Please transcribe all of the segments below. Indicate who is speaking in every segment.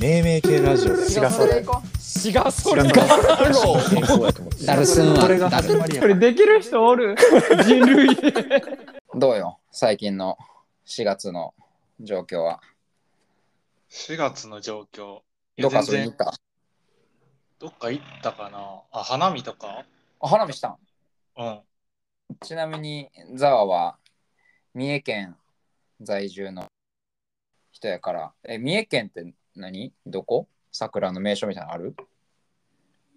Speaker 1: 命名系ラジオだよ
Speaker 2: 違うそれ行こ
Speaker 3: 違うそれ
Speaker 1: 違う
Speaker 3: か
Speaker 1: 健康やと思って
Speaker 4: ダルスンは
Speaker 2: これが
Speaker 4: ダル
Speaker 3: これできる人おる人類
Speaker 4: ンどうよ最近の4月の状況は
Speaker 5: 4月の状況。い
Speaker 4: ど
Speaker 5: や
Speaker 4: っか
Speaker 5: 全
Speaker 4: 遊びに行
Speaker 5: 然
Speaker 4: っ、た
Speaker 5: どっか行ったかなあ、花見とか
Speaker 4: あ花見したん
Speaker 5: うん。
Speaker 4: ちなみにザワは三重県在住の人やからえ三重県って何どこ桜の名所みたいなのある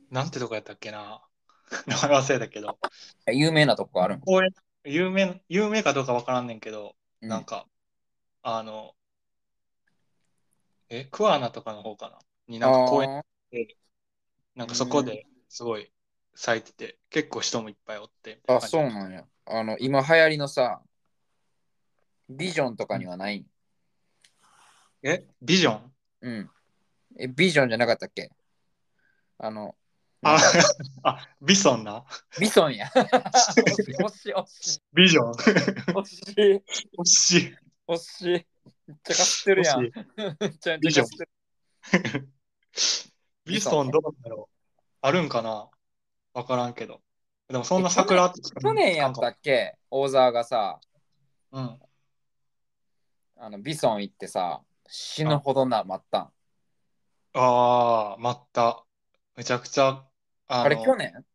Speaker 5: なんてとこやったっけな 名前忘れたけど。
Speaker 4: え有名なとこあるん、
Speaker 5: 公園、有名、有名かどうかわからんねんけど、
Speaker 4: うん
Speaker 5: なんか、あの、え、桑名とかの方かなになんか公園、
Speaker 4: あ
Speaker 5: なんかそこですごい咲いてて、結構人もいっぱいおって。みた
Speaker 4: ー
Speaker 5: い
Speaker 4: あ
Speaker 5: 感じ
Speaker 4: そうなんやあの今流行りのさビジョンとかにはないん
Speaker 5: え、ビジョン
Speaker 4: うんえビジョンじゃなかったっけあの
Speaker 5: あ、 あ、ビソンな。
Speaker 4: ビソ ンや惜しい惜しい
Speaker 5: ビジョン。
Speaker 4: 惜しい
Speaker 5: 惜しい。
Speaker 4: 惜しい。めっちゃかってるやん。め
Speaker 5: 惜
Speaker 4: っちゃめちゃかってる。
Speaker 5: ビソンどうなんだろうあるんかなわからんけど。でもそんな桜って
Speaker 4: 去年やったっけ大沢がさ、
Speaker 5: うん。
Speaker 4: あのビソン行ってさ、死ぬほどな、待ったん。
Speaker 5: ああ、待った。めちゃくちゃ。あ
Speaker 4: あれ去年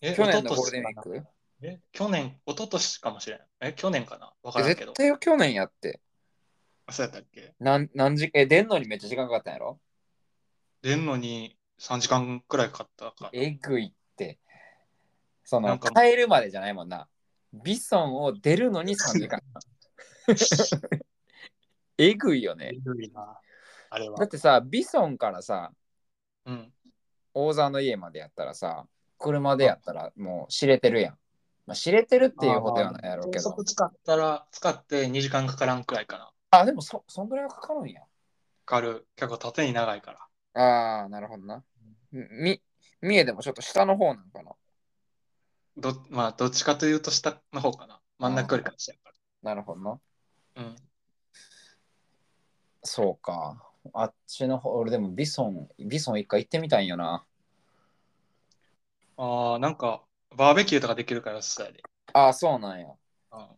Speaker 5: え
Speaker 4: 去年の
Speaker 5: 一昨
Speaker 4: ゴールデンウィー
Speaker 5: かな
Speaker 4: ク
Speaker 5: え去年、一昨年かもしれん。え、去年かなわか
Speaker 4: え
Speaker 5: らんけ
Speaker 4: 絶
Speaker 5: ど。
Speaker 4: 対去年やって。
Speaker 5: そうやったっけ
Speaker 4: なん何時え、出んのにめっちゃ時間かかったんやろ
Speaker 5: 出んのに3時間くらいかかったか。
Speaker 4: えぐいって。そ
Speaker 5: な
Speaker 4: の、
Speaker 5: んか
Speaker 4: 帰るまでじゃないもんな。ビソンを出るのに3時間。 えぐいよ ね。
Speaker 5: えぐいな。あれ
Speaker 4: だ
Speaker 5: は
Speaker 4: っ。てさ、ビソンからさ、
Speaker 5: うん。
Speaker 4: 大沢の家までやったらさ、車でやったらもう知れてるやん。まあ、知れてるっていうことはないやろうけど
Speaker 5: 高速。使ったら、使って2時間かからんくらいかな。
Speaker 4: あ、でもそ、そんぐらいはかかるんや。
Speaker 5: かかる。結構縦に長いから。
Speaker 4: ああ、なるほどな。み、三重でもちょっと下の方なのかな。
Speaker 5: ど、まあ、どっちかというと下の方かな。真ん中よりかもしれんか
Speaker 4: なるほどな。
Speaker 5: ら。うん。
Speaker 4: そうか。あっちの方、俺でもビソン、ビソン一回行ってみたいんよな。
Speaker 5: ああ、なんか、バーベキューとかできるから、そうやで。
Speaker 4: ああ、そうなんや。
Speaker 5: うん。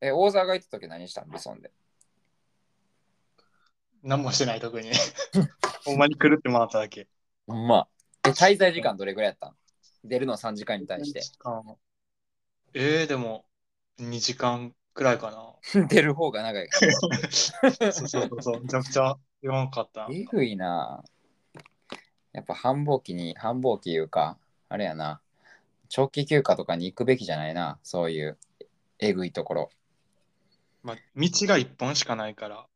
Speaker 4: え、大沢が行った時何したんビソンで。
Speaker 5: 何もしてない、特に。 ほんまに狂ってもらっただけ。
Speaker 4: ほんま。え、滞在時間どれぐらいやったん出るの3時間に対して。
Speaker 5: えー、でも、2時間くらいかな。
Speaker 4: 出る方が長い。
Speaker 5: そうそうそうそう、めちゃくちゃ言わんかった。
Speaker 4: えぐいな。やっぱ繁忙期に、繁忙期いうか、あれやな、長期休暇とかに行くべきじゃないな、そういうえぐいところ。
Speaker 5: まあ、道が1本しかないから、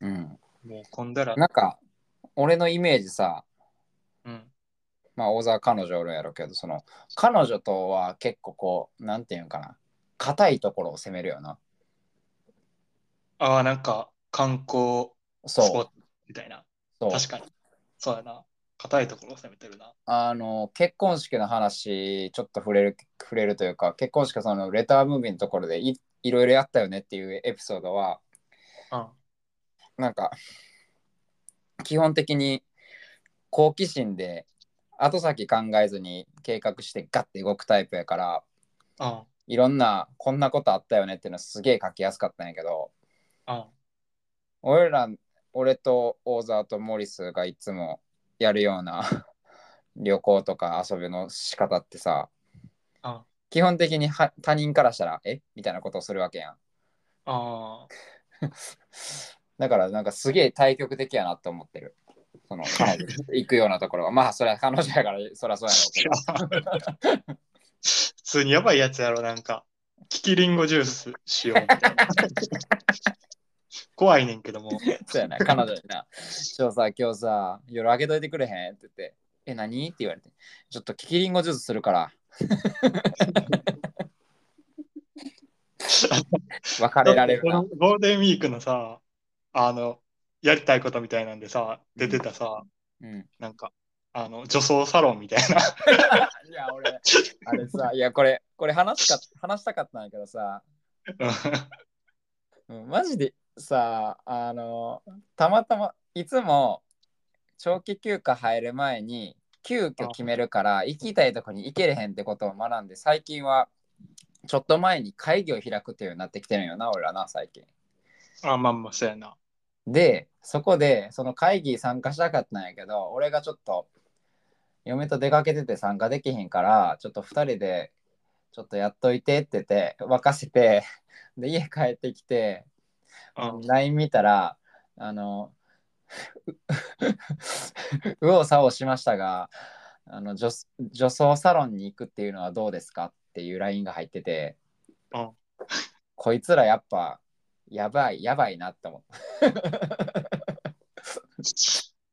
Speaker 4: うん。
Speaker 5: もう混んだら、
Speaker 4: なんか、俺のイメージさ、
Speaker 5: うん。
Speaker 4: まあ、大沢彼女おるやろうけど、その、彼女とは結構こう、なんていうんかな、硬いところを攻めるよな。
Speaker 5: ああ、なんか、観光ス
Speaker 4: そ
Speaker 5: ポッ
Speaker 4: う
Speaker 5: トみたいな。。
Speaker 4: そう
Speaker 5: 確かに。そうやな。硬いところを攻めてるな。
Speaker 4: あの結婚式の話ちょっと触れる触れるというか結婚式はそのレタームービーのところでいいろいろやったよねっていうエピソードは
Speaker 5: うん。
Speaker 4: なんか基本的に好奇心で後先考えずに計画してガッて動くタイプやから
Speaker 5: うん。
Speaker 4: いろんなこんなことあったよねっていうのすげえ書きやすかったんやけど
Speaker 5: うん。
Speaker 4: 俺ら俺と大沢とモリスがいつもやるような 旅行とか遊びの仕方ってさ
Speaker 5: うん
Speaker 4: 基本的には他人からしたら「えみたいなことをするわけやん。
Speaker 5: ああ。
Speaker 4: だからなんかすげえ対極的やなと思ってる。その彼女と行くようなところは。まあそれは彼女やからそりゃそうやろうけど。
Speaker 5: 普通にやばいやつやろ、なんか。キキリンゴジュースしようみたいな。怖いねんけども。
Speaker 4: そうやな、彼女にな。ちょさ、今日さ、夜開けといてくれへんって言って。え、何って言われて。ちょっとキキリンゴジュースするから。 別れられる
Speaker 5: な
Speaker 4: な。
Speaker 5: んかこのゴールデンウィークのさ、あの、やりたいことみたいなんでさ、出てたさ、
Speaker 4: うん。
Speaker 5: なんか、あの、女装サロンみたいな。
Speaker 4: いや、俺、あれさ、いや、これ、これ話しか話したかったんやけどさ、
Speaker 5: う
Speaker 4: う
Speaker 5: ん
Speaker 4: んマジでさ、あの、たまたまいつも長期休暇入る前に急遽決めるから行きたいとこに行けれへんってことを学んで最近はちょっと前に会議を開くっていうようになってきてるんよな俺らな最近。
Speaker 5: あ、まあまあ、そうやな。
Speaker 4: でそこでその会議参加したかったんやけど俺がちょっと嫁と出かけてて参加できへんからちょっと2人でちょっとやっといてって言って任せてで家帰ってきて
Speaker 5: うん
Speaker 4: LINE 見たらあの 右往左往しましたがあの女女装サロンに行くっていうのはどうですかっていう LINE が入ってて、
Speaker 5: うん
Speaker 4: こいつらやっぱやばいやばいなって思っ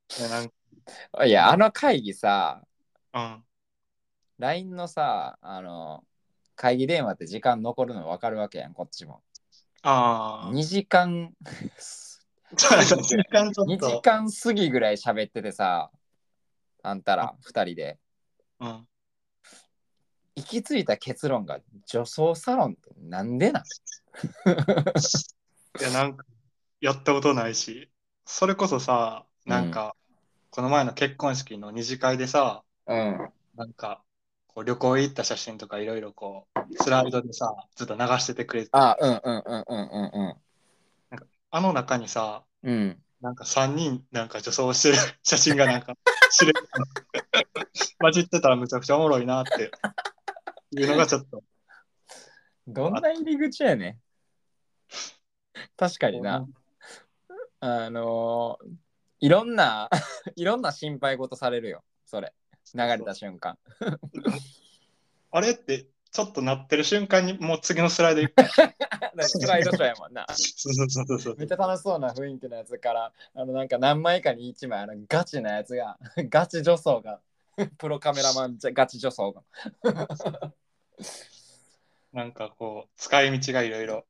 Speaker 5: いやなん
Speaker 4: たいやあの会議さ
Speaker 5: うん。
Speaker 4: LINE のさあの会議電話って時間残るの分かるわけやんこっちも
Speaker 5: ああ。
Speaker 4: 2時間
Speaker 5: 時間ちょ
Speaker 4: 2
Speaker 5: っ
Speaker 4: 時
Speaker 5: と。
Speaker 4: 間過ぎぐらい喋っててさあんたら2人で
Speaker 5: うん。
Speaker 4: 行き着いた結論が女装サロンってなんでなん
Speaker 5: いや、なんか、やったことないし、それこそさ、なんか、この前の結婚式の二次会でさ、
Speaker 4: うん。
Speaker 5: なんか、こう旅行行った写真とかいろいろこう、スライドでさ、ずっと流しててくれて、
Speaker 4: あ、うんうんうんうんうん
Speaker 5: あの中にさ、
Speaker 4: うん。うん。
Speaker 5: なんか3人なんか女装してる 写真がなんか、知れ混じってたらめちゃくちゃおもろいなって、いうのがちょっと、
Speaker 4: どんな入り口やねん。 確かにな。あのーいろんな、 いろんな心配事されるよ。それ。流れた瞬間。
Speaker 5: あれって、ちょっとなってる瞬間にもう次のスライド行く。
Speaker 4: スライドショーやもんな。
Speaker 5: そうそうそうそう
Speaker 4: めっちゃ楽しそうな雰囲気のやつから、あのなんか何枚かに1枚、あのガチなやつが、 ガチ女装が、 プロカメラマンじゃガチ女装が。
Speaker 5: なんかこう、使い道がいろいろ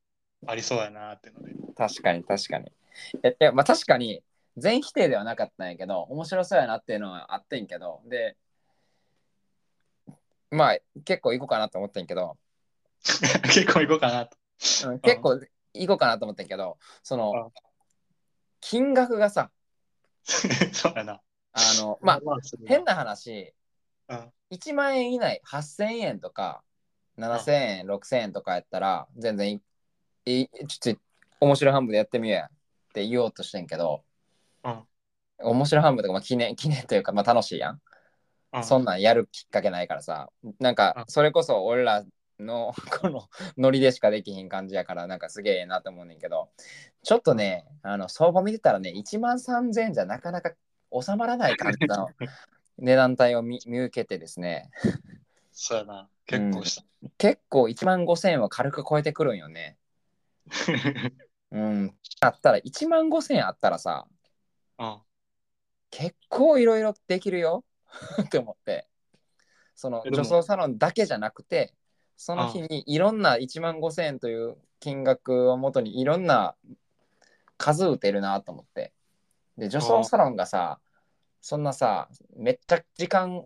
Speaker 5: ありそうやなってので。
Speaker 4: 確かに確かに。えいやまあ確かに全否定ではなかったんやけど面白そうやなっていうのはあってんけどでまあ結構行こうかなと思ってんけど、
Speaker 5: 結構行こうかなと。
Speaker 4: うん、結構行こうかなと思ってんけどその金額がさ
Speaker 5: そうやな。
Speaker 4: あのまあ
Speaker 5: まあ、それ
Speaker 4: 変な話
Speaker 5: うん
Speaker 4: 1万円以内8000円とか7000円6000円とかやったら全然いいいちょっと面白半分でやってみようやって言おうとしてんけど、
Speaker 5: うん
Speaker 4: 面白半分とか、まあ、記念記念というか、まあ、楽しいやん、
Speaker 5: うん
Speaker 4: そんなんやるきっかけないからさなん
Speaker 5: うん
Speaker 4: かそれこそ俺らの このノリでしかできひん感じやからなんかすげえええなと思うねんけどちょっとねあの相場見てたらね1万3000円じゃなかなか収まらない感じ の値段帯を見見受けてですね
Speaker 5: そうやな。結構した。
Speaker 4: 結構1万5000円は軽く超えてくるんよね。うん。あったら1万5000円あったらさ、
Speaker 5: うん。
Speaker 4: 結構いろいろできるよ って思って。その
Speaker 5: えでも
Speaker 4: 女装サロンだけじゃなくて、その日にいろんな1万5000円という金額をもとにいろんな数打てるなと思って。で、女装サロンがさ、そんなさ、めっちゃ時間、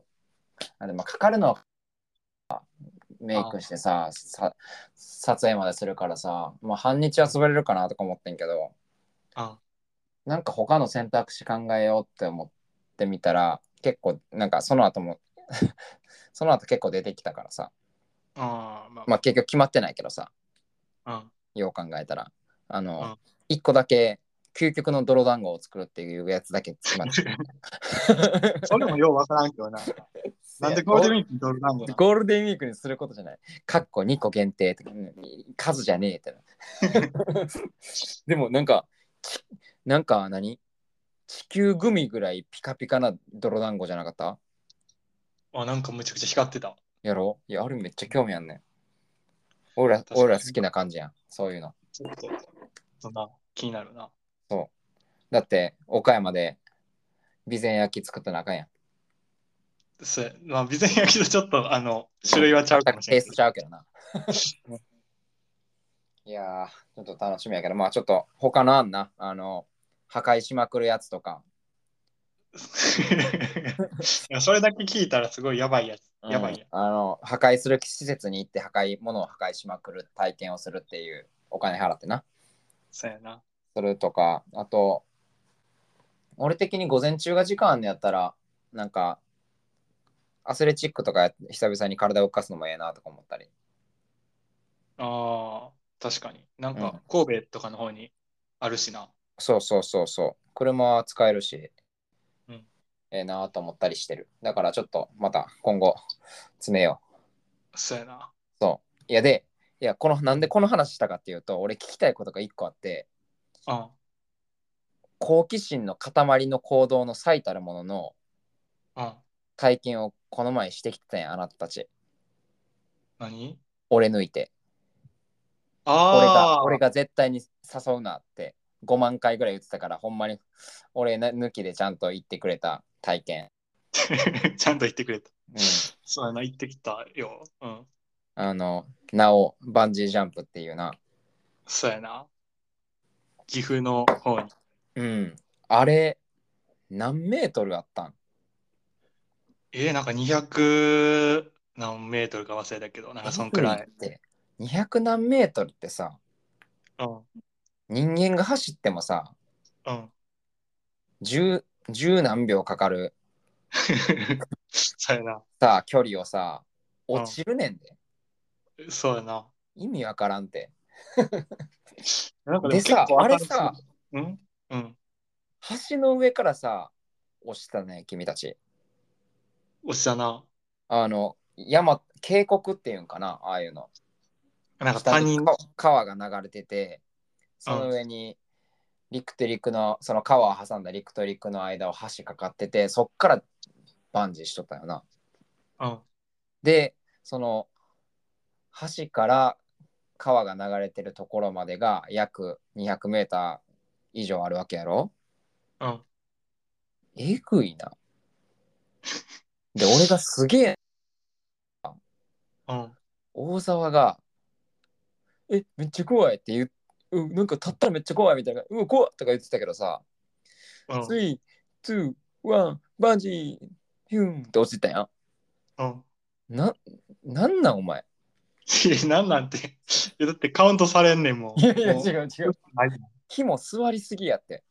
Speaker 4: あでもかかるのはメイクしてささ撮影までするからさ、まあ、半日は潰れるかなとか思ってんけど
Speaker 5: あ
Speaker 4: なんか他の選択肢考えようって思ってみたら結構なんかその後も その後結構出てきたからさ
Speaker 5: あー、まあ、
Speaker 4: まあ結局決まってないけどさ
Speaker 5: あ、
Speaker 4: よう考えたらあ
Speaker 5: うん
Speaker 4: の、一1個だけ究極の泥団子を作るっていうやつだけ決まってる
Speaker 5: うん。それもようわからんけど な。 なんでゴールデンウィークにドルなんだ
Speaker 4: ゴールデンウィークにすることじゃない。かっこ2個限定とか、うん数じゃねえってな。 でもなんか、ちなんか何地球グミぐらいピカピカな泥団子じゃなかった
Speaker 5: あ、なんかむちゃくちゃ光ってた。
Speaker 4: やろいや、あれめっちゃ興味あんねん。俺ら
Speaker 5: 確かに
Speaker 4: 俺ら好きな感じやん、そういうの。
Speaker 5: ちょっと、そんな気になるな。
Speaker 4: だって、岡山で備前焼き作ったらあかんやん。
Speaker 5: そうまあ、備前焼きとちょっと、あの、種類はちゃうかもし
Speaker 4: ペ
Speaker 5: れ
Speaker 4: ー
Speaker 5: ない
Speaker 4: ス。ちゃうけどな。 いやー、ちょっと楽しみやけど、まあちょっと他のあんな、あの、破壊しまくるやつとか、
Speaker 5: いやそれだけ聞いたらすごいやばいやつ。やばいや
Speaker 4: うんあの破壊する施設に行って破壊物を破壊しまくる体験をするっていうお金払ってな
Speaker 5: つ。そうやな。
Speaker 4: するとかあと俺的に午前中が時間あんのやったら、なんか、アスレチックとかや久々に体を動かすのもええなとか思ったり。
Speaker 5: ああ、確かに。な
Speaker 4: う
Speaker 5: ん
Speaker 4: ん
Speaker 5: か、神戸とかの方にあるしな。
Speaker 4: そうそうそうそう。車は使えるし、
Speaker 5: うん
Speaker 4: ええなと思ったりしてる。だからちょっとまた今後詰めよ
Speaker 5: そうやな。
Speaker 4: う。そう。いやで、いや、この、なんでこの話したかっていうと、俺聞きたいことが一個あって、
Speaker 5: うん。
Speaker 4: 好奇心の塊の行動の最たるものの
Speaker 5: うん。
Speaker 4: 体験をこの前してきてたんや、あなたたち。
Speaker 5: 何
Speaker 4: 俺抜いて。俺
Speaker 5: あ
Speaker 4: が
Speaker 5: あ、
Speaker 4: 俺が絶対に誘うなって5万回ぐらい言ってたからほんまに俺な抜きでちゃんと言ってくれた体験、
Speaker 5: ちゃんと言ってくれた。
Speaker 4: うん、
Speaker 5: そうやな、言ってきたよ。うん。
Speaker 4: あのなおバンジージャンプっていうな
Speaker 5: そうやな。岐阜の方に。
Speaker 4: うんあれ何メートルあったん
Speaker 5: えー、なんか200何メートルか忘れたけど、なんかそんくらい。
Speaker 4: って200何メートルってさ
Speaker 5: うん。
Speaker 4: 人間が走ってもさ
Speaker 5: うん。
Speaker 4: 10 10何秒かかる
Speaker 5: そうやな。
Speaker 4: さ距離をさ
Speaker 5: うん
Speaker 4: 落ちるねんで、
Speaker 5: そうやな。
Speaker 4: 意味わからんて
Speaker 5: なんか
Speaker 4: で
Speaker 5: も
Speaker 4: さ
Speaker 5: 結構
Speaker 4: あれさ。
Speaker 5: うんうん。
Speaker 4: 橋の上からさ落ちたね君たち
Speaker 5: おっしゃな。
Speaker 4: あの山渓谷っていうんかなああいうの
Speaker 5: なんか
Speaker 4: 下
Speaker 5: 他
Speaker 4: に
Speaker 5: 人。
Speaker 4: か川が流れててその上に陸と陸のその川を挟んだ陸と陸の間を橋かかっててそっからバンジーしとったよな
Speaker 5: うん。
Speaker 4: でその橋から川が流れてるところまでが約2 0 0メーター以上あるわけやろ
Speaker 5: うん
Speaker 4: えぐいなで俺がすげえ
Speaker 5: うん。
Speaker 4: 大沢が「えめっちゃ怖い」って言ううんなんか立ったらめっちゃ怖いみたいな「うん怖っ」とか言ってたけどさ「
Speaker 5: うん。
Speaker 4: 321バンジーヒュン」って落ちてたやん。
Speaker 5: うん。
Speaker 4: ななんなんお前。
Speaker 5: いや、なんなんて。いや、だってカウントされんねんもん。
Speaker 4: う
Speaker 5: もう
Speaker 4: 違う。
Speaker 5: ない
Speaker 4: 肝座りすぎやって。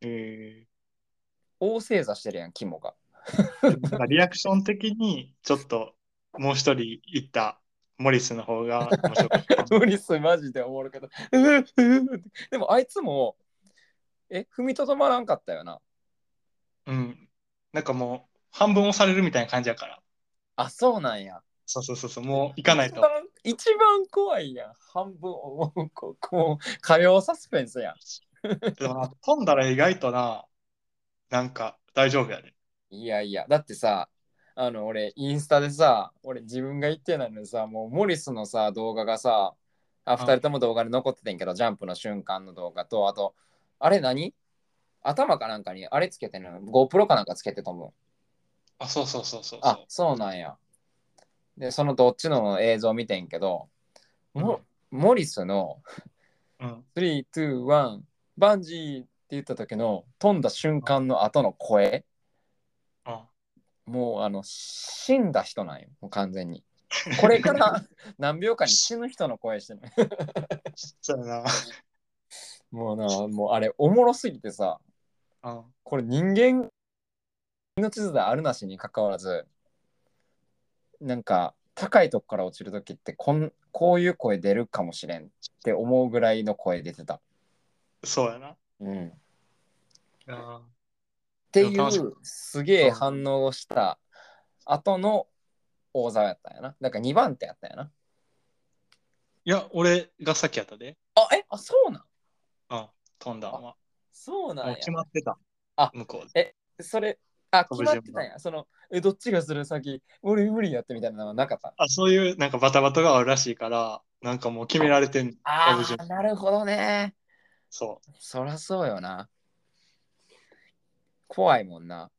Speaker 5: え
Speaker 4: 大正座してるやん肝が。
Speaker 5: ーなんかリアクション的に、ちょっと、もう一人行ったモリスの方が面白かった。
Speaker 4: 無理すマジでおもろけど。ううう でもあいつもえ踏みとどまらんかったよな。
Speaker 5: うん。なんかもう、半分押されるみたいな感じやから。
Speaker 4: あそうなんや。
Speaker 5: そうそうそうそう、もう行かないと
Speaker 4: 一。番一番怖いやん半分もうここう火曜サスペンスや
Speaker 5: でもな飛んだら意外とな、なんか大丈夫やで。
Speaker 4: んいやいやだってさあの俺インスタでさ俺自分が言ってないのにさもうモリスのさ動画がさあ
Speaker 5: ん
Speaker 4: 2人とも動画で残っててんけどジャンプの瞬間の動画とあとあれ何頭かなんかにあれつけてんの GoPro かなんかつけてと思う
Speaker 5: あ、そうそうそうそうそう。
Speaker 4: あそうなんやでそのどっちの映像見てんけども、モリスの
Speaker 5: うん。
Speaker 4: 321バンジーって言った時の飛んだ瞬間の後の声
Speaker 5: うん。
Speaker 4: もうあの死んだ人なんよもう完全にこれから何秒間に死ぬ人の声してる
Speaker 5: そうや
Speaker 4: もうなもうあれおもろすぎてさ
Speaker 5: な。 うん。
Speaker 4: これ人間の地図であるなしにかかわらずなんか高いとこから落ちる時ってこんこういう声出るかもしれんって思うぐらいの声出てた、
Speaker 5: そうやな。
Speaker 4: うん、
Speaker 5: うん
Speaker 4: って
Speaker 5: い
Speaker 4: い
Speaker 5: や楽しか
Speaker 4: うすげえ反応をした後の大沢やったんやな。だから2番手やったんやな。
Speaker 5: いや、俺が先やったで。
Speaker 4: あえあそうなん
Speaker 5: うん。飛んだんは。
Speaker 4: そうな
Speaker 5: も
Speaker 4: ん
Speaker 5: う
Speaker 4: や。
Speaker 5: 決まってた。
Speaker 4: あ
Speaker 5: 向こうで。
Speaker 4: それあ
Speaker 5: 飛
Speaker 4: 決
Speaker 5: ぶ
Speaker 4: ま
Speaker 5: 順
Speaker 4: っ
Speaker 5: 番
Speaker 4: てたんや。そのえどっちがする先俺無理やってみたいなのはなかった。
Speaker 5: あ、そういうなんかバタバタがあるらしいから、なんかもう決められてん。
Speaker 4: あ
Speaker 5: 飛ぶ順
Speaker 4: あなるほどね。
Speaker 5: そ
Speaker 4: そらそうよな。怖いもんな。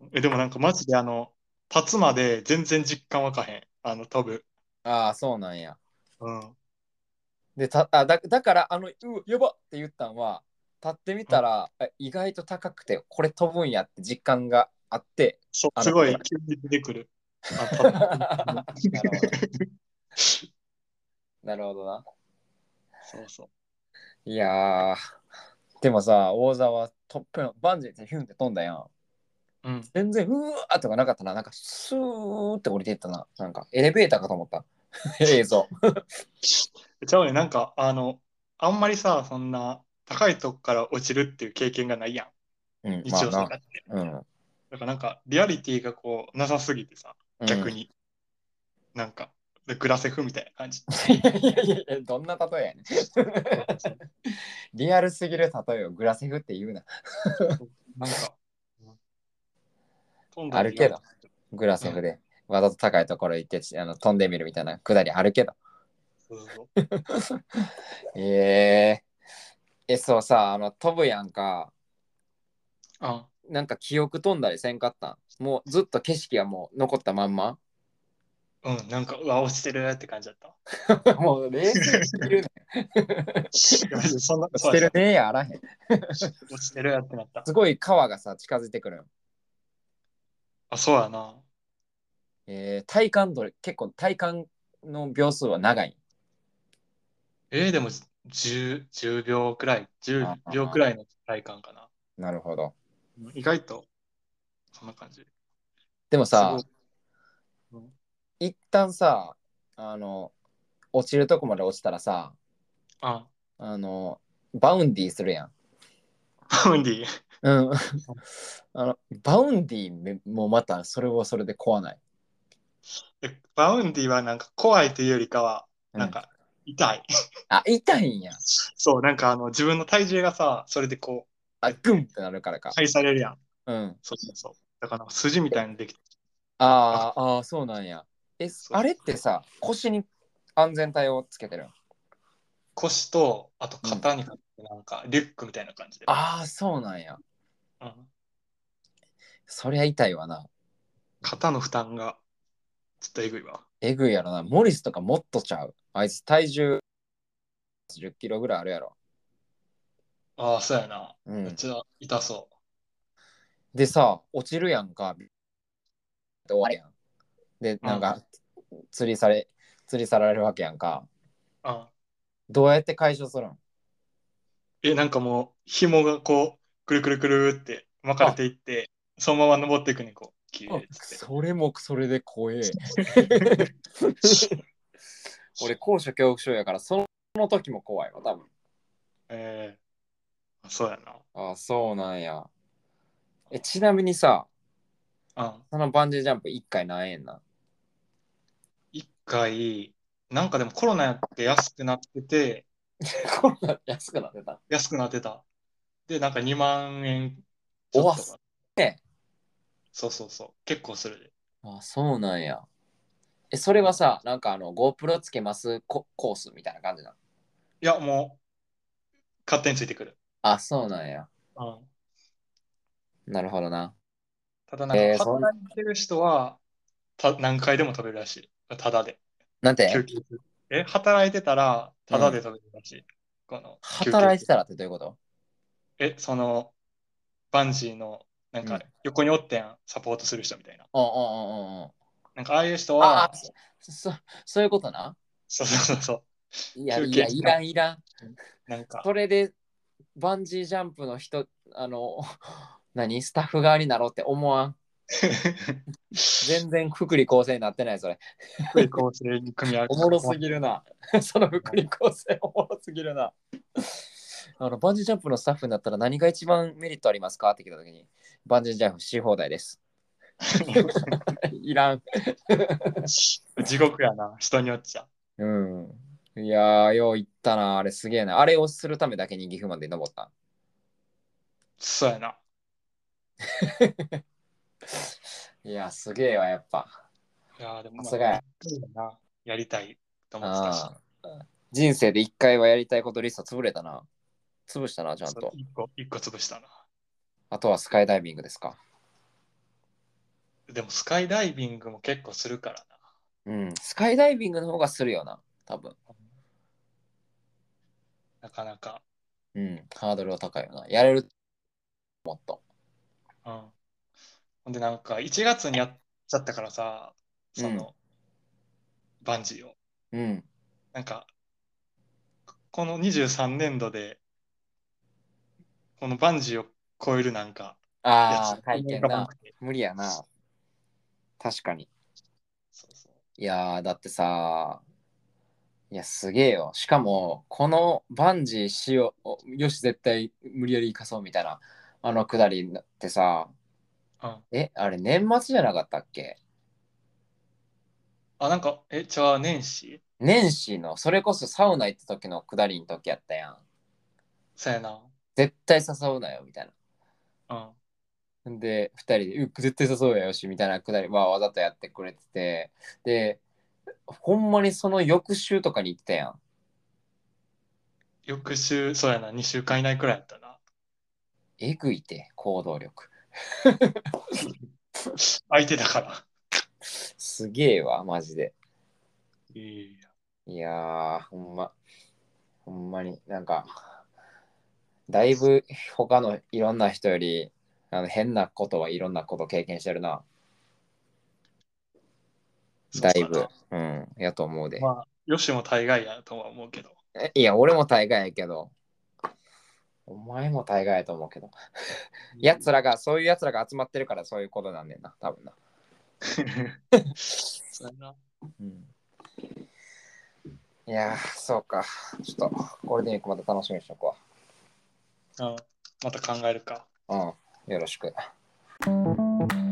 Speaker 5: う。え、でもなんかマジであの、立つまで全然実感わかへん。あの、飛ぶ。
Speaker 4: ああそうなんや。
Speaker 5: うん。
Speaker 4: でたあだだからあのうやばって言ったんは立ってみたら、あ意外と高くてこれ飛ぶんやって実感があって
Speaker 5: そう、
Speaker 4: あ
Speaker 5: すごい
Speaker 4: な
Speaker 5: 急に出てくる。あ立つ
Speaker 4: なるほど なるほどな。
Speaker 5: そうそう。
Speaker 4: いやー、でもさ、大沢トップのバンジーってヒュンって飛んだやん。
Speaker 5: うん。
Speaker 4: 全然、うわーとかなかったな。なんか、スーって降りていったな。なんか、エレベーターかと思った。 映像。
Speaker 5: ちゃうね、なんか、あの、あんまりさ、そんな、高いとこから落ちるっていう経験がないやん。
Speaker 4: うん、
Speaker 5: 日
Speaker 4: まあ
Speaker 5: 常生
Speaker 4: な。
Speaker 5: 活で。
Speaker 4: うん。
Speaker 5: だからなんか、リアリティがこう、なさすぎてさ、逆に。なんか、でグラセフみたいな 感じ。
Speaker 4: うん。 いやいやいや、どんな例えやねん。リアルすぎる例えをグラセフって言うな。
Speaker 5: なんか、うん飛ん
Speaker 4: あ
Speaker 5: だ
Speaker 4: る
Speaker 5: り
Speaker 4: けどグラセフで。わざと高いところ行ってあの飛んでみるみたいなくだりあるけど。
Speaker 5: そうそう
Speaker 4: えー、え、そうさ、あの飛ぶやんか。
Speaker 5: あ
Speaker 4: なんか記憶飛んだりせんかったんもうずっと景色がもう残ったまんま
Speaker 5: うん、なんか、うわ、落ちてるって感じだっ た。
Speaker 4: もう冷静すぎるね。
Speaker 5: そんな、
Speaker 4: してる
Speaker 5: そう
Speaker 4: ねやあらへん。
Speaker 5: や落ちてるってなった。
Speaker 4: すごい川がさ、近づいてくるん。
Speaker 5: あ、そうやな。
Speaker 4: えー、体感どれ、結構体感の秒数は長い。
Speaker 5: えー、でも、10、10秒くらい、10秒くらいの体感かな。
Speaker 4: なるほど。
Speaker 5: うん意外と、そんな感じ。
Speaker 4: でもさ
Speaker 5: す、ごいうん
Speaker 4: 一旦さ、あの、落ちるとこまで落ちたらさ、
Speaker 5: あ、
Speaker 4: あの、バウンディするやん。
Speaker 5: バウンディ。
Speaker 4: うん。 あの、バウンディめもまたそれはそれで怖ない。
Speaker 5: えバウンディはなんか怖いというよりかは、なんか痛い。
Speaker 4: あ、痛いんや。
Speaker 5: そう、なんかあの自分の体重がさ、それでこ
Speaker 4: あ、グンってなるから
Speaker 5: う、
Speaker 4: か。
Speaker 5: 返されるやん。
Speaker 4: うん。
Speaker 5: そうそうそう。だからなんか筋みたいにできて、
Speaker 4: あーあー、そうなんや。え、
Speaker 5: そう
Speaker 4: あれってさ、腰に安全帯をつけてるん
Speaker 5: 腰と、あと肩にかけてなんかリュックみたいな感じで。
Speaker 4: ああ、そうなんや。
Speaker 5: うん
Speaker 4: そりゃ痛いわな。
Speaker 5: 肩の負担が、ちょっとえぐいわ。
Speaker 4: えぐいやろな。モリスとかもっとちゃう。あいつ体重10キロぐらいあるやろ。
Speaker 5: ああ、そうやな。
Speaker 4: う
Speaker 5: めっ
Speaker 4: ん、
Speaker 5: ちゃ痛そ
Speaker 4: でさ、落ちるやんか。で終わりやん。で、なんか、釣りされ、釣りされるわけやんか。
Speaker 5: う。うん
Speaker 4: どうやって解消するん
Speaker 5: え、なんかもう、紐がこう、くるくるくるって巻かれていって、そのまま登っていくね、こう、キュー
Speaker 4: あ
Speaker 5: って。
Speaker 4: それもそれで怖え。俺、高所恐怖症やから、そのその時も怖いわ、多分。
Speaker 5: えー、あそうやな。
Speaker 4: ああ、そうなんや。え、ちなみにさ、
Speaker 5: うん。
Speaker 4: そのバンジージャンプ1回何円なん
Speaker 5: 一回、なんかでもコロナやって安くなってて、
Speaker 4: こんな安くなってた。
Speaker 5: 安くなってた。で、なんか2万円ちょっ
Speaker 4: おわ
Speaker 5: とか
Speaker 4: すね
Speaker 5: そうそうそう。結構するで。
Speaker 4: あ、そうなんや。え、それはさ、なんかあの、GoPro つけますココースみたいな感じなの
Speaker 5: いや、もう、勝手についてくる。
Speaker 4: あ、そうなんや。
Speaker 5: うん。
Speaker 4: なるほどな。
Speaker 5: ただなんか、
Speaker 4: えーそん
Speaker 5: 働いてる人は、た何回でも飛べるらしい。ただで。
Speaker 4: なんて
Speaker 5: 休憩するえ、働いてたら、ただで飛べるらしい。この
Speaker 4: 働いて
Speaker 5: た
Speaker 4: たらってどういうこと
Speaker 5: え、その、バンジーの、なん
Speaker 4: う
Speaker 5: か
Speaker 4: ん、
Speaker 5: 横におってん、サポートする人みたいな。
Speaker 4: うんうんうんうんうん。
Speaker 5: なんか、ああいう人
Speaker 4: あ
Speaker 5: は
Speaker 4: あ、、そ そそういうことな。
Speaker 5: そうそうそうそう。
Speaker 4: いや、
Speaker 5: 休
Speaker 4: い
Speaker 5: 憩
Speaker 4: や、いらんいらん。
Speaker 5: なんか、
Speaker 4: それで、バンジージャンプの人、あの、 何スタッフ側になろうって思わん。全然福利厚生になってない、それ。
Speaker 5: 福利厚生に組み合わせ
Speaker 4: おもろすぎるな。 その福利厚生おもろすぎるな。 あのバンジージャンプのスタッフになったら何が一番メリットありますかって聞いたときに、バンジージャンプし放題です。 いらん。
Speaker 5: 地獄やな、人によっちゃ。
Speaker 4: うん。いやー、よう言ったな。あれすげえな。あれをするためだけに岐阜まで登った。
Speaker 5: そうやな。
Speaker 4: いやー、すげえわ、やっぱ。
Speaker 5: いやーでも、
Speaker 4: さすがや
Speaker 5: な。やりたいと思ってたし
Speaker 4: あ。ー人生で一回はやりたいことリスト潰れたな。潰したな、ちゃん
Speaker 5: そう
Speaker 4: と。
Speaker 5: 一個、一個潰したな。
Speaker 4: あとはスカイダイビングですか。
Speaker 5: でも、スカイダイビングも結構するからな。
Speaker 4: うん。スカイダイビングの方がするよな、多分。
Speaker 5: なかなか。
Speaker 4: うん、ハードルは高いよな。やれる、もっと。
Speaker 5: うん。ほんで、なんか、1月にやっちゃったからさ、その、バンジーを。
Speaker 4: うん。
Speaker 5: なんか、この23年度で、このバンジーを超えるなんか、
Speaker 4: ああ、体験
Speaker 5: やつ思い浮かば
Speaker 4: な
Speaker 5: な。くて
Speaker 4: 無理やな。確かに。
Speaker 5: そうそう
Speaker 4: いやー、だってさ、いや、すげえよ。しかも、このバンジーしよう、よし、絶対無理やり行かそうみたいな、あのくだりってさ、
Speaker 5: うん
Speaker 4: え、あれ、年末じゃなかったっけ
Speaker 5: あ、なんか、え、じゃあ年始
Speaker 4: 年始の、それこそサウナ行った時のくだりの時やったやん。
Speaker 5: そうやな。
Speaker 4: 絶対誘うなよ、みたいな。
Speaker 5: うん。
Speaker 4: で、2人で、う絶対誘うやよし、みたいなくだり、まあ、わざとやってくれてて、で、ほんまにその翌週とかに行ってたやん。
Speaker 5: 翌週、そうやな、2週間以内くらいやったな。
Speaker 4: えぐいて、行動力。
Speaker 5: 空いてたから。
Speaker 4: すげえわ、マジで。
Speaker 5: いいや
Speaker 4: いやー、ほんま、ほんまになんか、だいぶ他のいろんな人より、あの変なことはいろんなこと経験してるな。だい
Speaker 5: そう
Speaker 4: ぶ
Speaker 5: か。
Speaker 4: うん、やと思うで
Speaker 5: ま。あ、よしも大概やとは思うけど。
Speaker 4: えいや、俺も大概やけど、お前も大概やと思うけど、やつらが、そういうやつらが集まってるからそういうことなんねんな、多分な。
Speaker 5: そうやな。
Speaker 4: いやー、そうか。ちょっと、ゴールデンウィークまた楽しみにしとこう。
Speaker 5: うんまた考えるか。
Speaker 4: うん、よろしく。
Speaker 2: 「